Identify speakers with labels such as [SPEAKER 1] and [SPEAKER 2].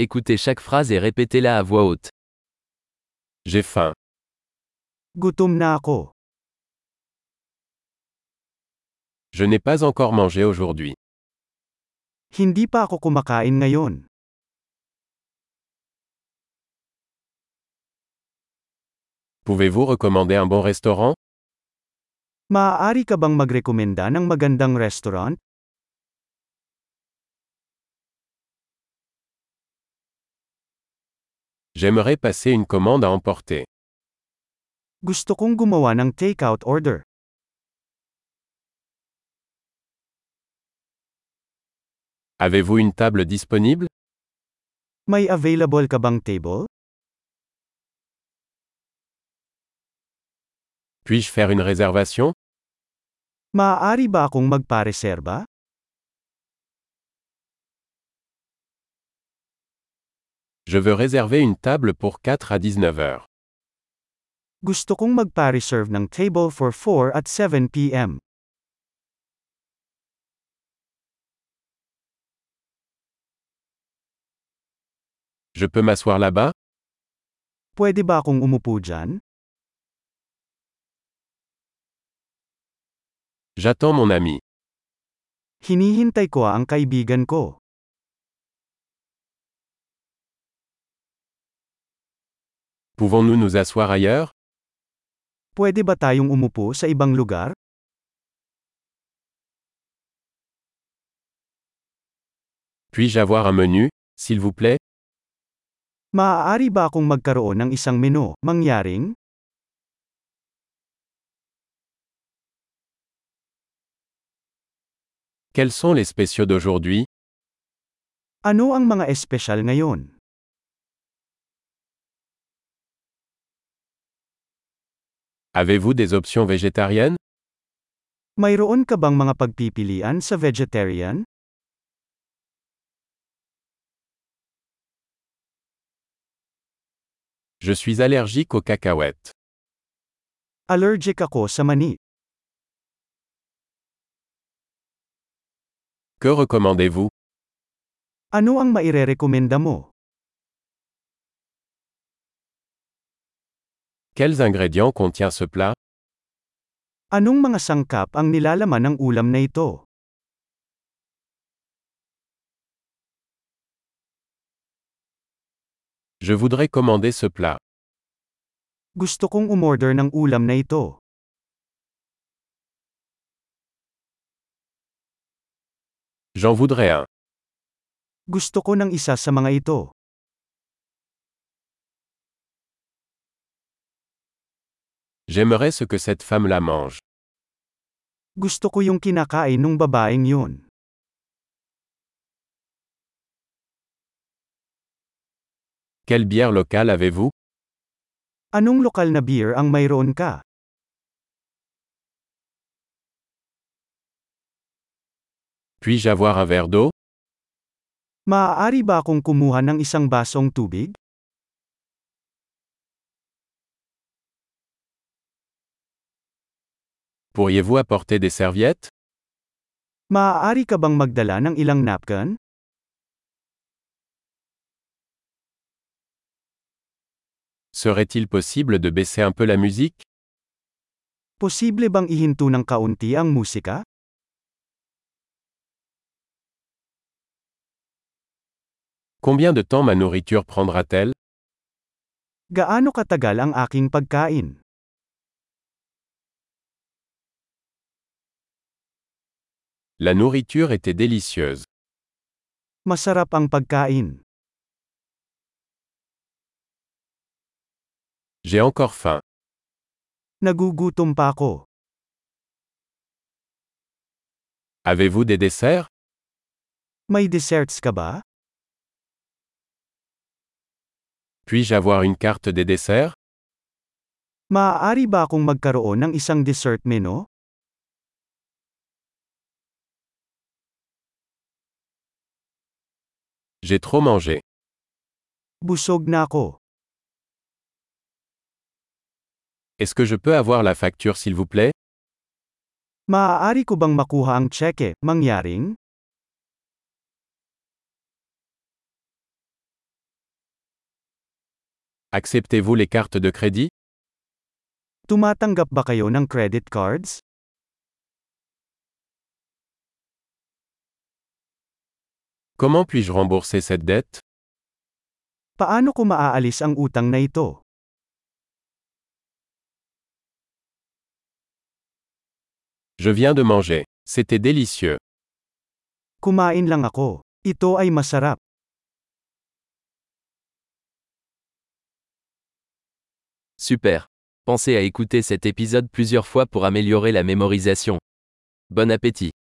[SPEAKER 1] Écoutez chaque phrase et répétez-la à voix haute.
[SPEAKER 2] J'ai faim.
[SPEAKER 3] Gutom na ako.
[SPEAKER 2] Je n'ai pas encore mangé aujourd'hui.
[SPEAKER 3] Hindi pa ako kumakain ngayon.
[SPEAKER 2] Pouvez-vous recommander un bon restaurant
[SPEAKER 3] Maaari ka bang magrekomenda ng magandang restaurant?
[SPEAKER 2] J'aimerais passer une commande à emporter.
[SPEAKER 3] Gusto kong gumawa ng takeout order.
[SPEAKER 2] Avez-vous une table disponible
[SPEAKER 3] May available ka bang table?
[SPEAKER 2] Puis-je faire une réservation
[SPEAKER 3] Maaari ba akong magpareserba?
[SPEAKER 2] Je veux réserver une table pour 4 à 19 heures.
[SPEAKER 3] Gusto kong magpa-reserve ng table for 4 at 7 p.m.
[SPEAKER 2] Je peux m'asseoir là-bas
[SPEAKER 3] Pwede ba akong umupo dyan?
[SPEAKER 2] J'attends mon ami.
[SPEAKER 3] Hinihintay ko ah ang kaibigan ko.
[SPEAKER 2] Pouvons-nous nous asseoir ailleurs
[SPEAKER 3] Pwede ba tayong umupo sa ibang lugar?
[SPEAKER 2] Puis-je avoir un menu, s'il vous plaît
[SPEAKER 3] Maaari ba akong magkaroon ng isang menu, mangyaring?
[SPEAKER 2] Quels sont les spéciaux d'aujourd'hui
[SPEAKER 3] Ano ang mga espesyal ngayon?
[SPEAKER 2] Avez-vous des options végétariennes
[SPEAKER 3] Mayroon ka bang mga pagpipilian sa vegetarian?
[SPEAKER 2] Je suis allergique aux cacahuètes.
[SPEAKER 3] Allergic ako sa mani.
[SPEAKER 2] Que recommandez-vous
[SPEAKER 3] Ano ang mairerekomenda mo?
[SPEAKER 2] Quels ingrédients contient ce plat
[SPEAKER 3] Anong mga sangkap ang nilalaman ng ulam na ito?
[SPEAKER 2] Je voudrais commander ce plat.
[SPEAKER 3] Gusto kong umorder ng ulam na ito.
[SPEAKER 2] J'en voudrais un.
[SPEAKER 3] Gusto ko ng isa sa mga ito.
[SPEAKER 2] J'aimerais ce que cette femme la mange.
[SPEAKER 3] Gusto ko yung kinakain ng babaeng yun.
[SPEAKER 2] Quelle bière locale avez-vous
[SPEAKER 3] Anong lokal na beer ang mayroon ka?
[SPEAKER 2] Puis-je avoir un verre d'eau
[SPEAKER 3] Maaari ba akong kumuha ng isang basong tubig?
[SPEAKER 2] Pourriez-vous apporter des serviettes
[SPEAKER 3] Maaari ka bang magdala ng ilang napkin?
[SPEAKER 2] Serait-il possible de baisser un peu la musique
[SPEAKER 3] Posible bang ihinto ng kaunti ang musika?
[SPEAKER 2] Combien de temps ma nourriture prendra-t-elle
[SPEAKER 3] Gaano katagal ang aking pagkain?
[SPEAKER 2] La nourriture était délicieuse.
[SPEAKER 3] Masarap ang pagkain.
[SPEAKER 2] J'ai encore faim.
[SPEAKER 3] Nagugutom pa ako.
[SPEAKER 2] Avez-vous des desserts
[SPEAKER 3] May desserts ka ba?
[SPEAKER 2] Puis-je avoir une carte des desserts
[SPEAKER 3] Maaari ba akong magkaroon ng isang dessert menu?
[SPEAKER 2] J'ai trop mangé.
[SPEAKER 3] Busog na ako.
[SPEAKER 2] Est-ce que je peux avoir la facture s'il vous plaît
[SPEAKER 3] Maaari ko bang makuha ang tseke, mangyaring?
[SPEAKER 2] Acceptez-vous les cartes de crédit
[SPEAKER 3] Tumatanggap ba kayo ng credit cards?
[SPEAKER 2] Comment puis-je rembourser cette dette
[SPEAKER 3] Paano ko maaalis ang utang na ito?
[SPEAKER 2] Je viens de manger. C'était délicieux.
[SPEAKER 3] Kumain lang ako. Ito ay masarap.
[SPEAKER 1] Super. Pensez à écouter cet épisode plusieurs fois pour améliorer la mémorisation. Bon appétit.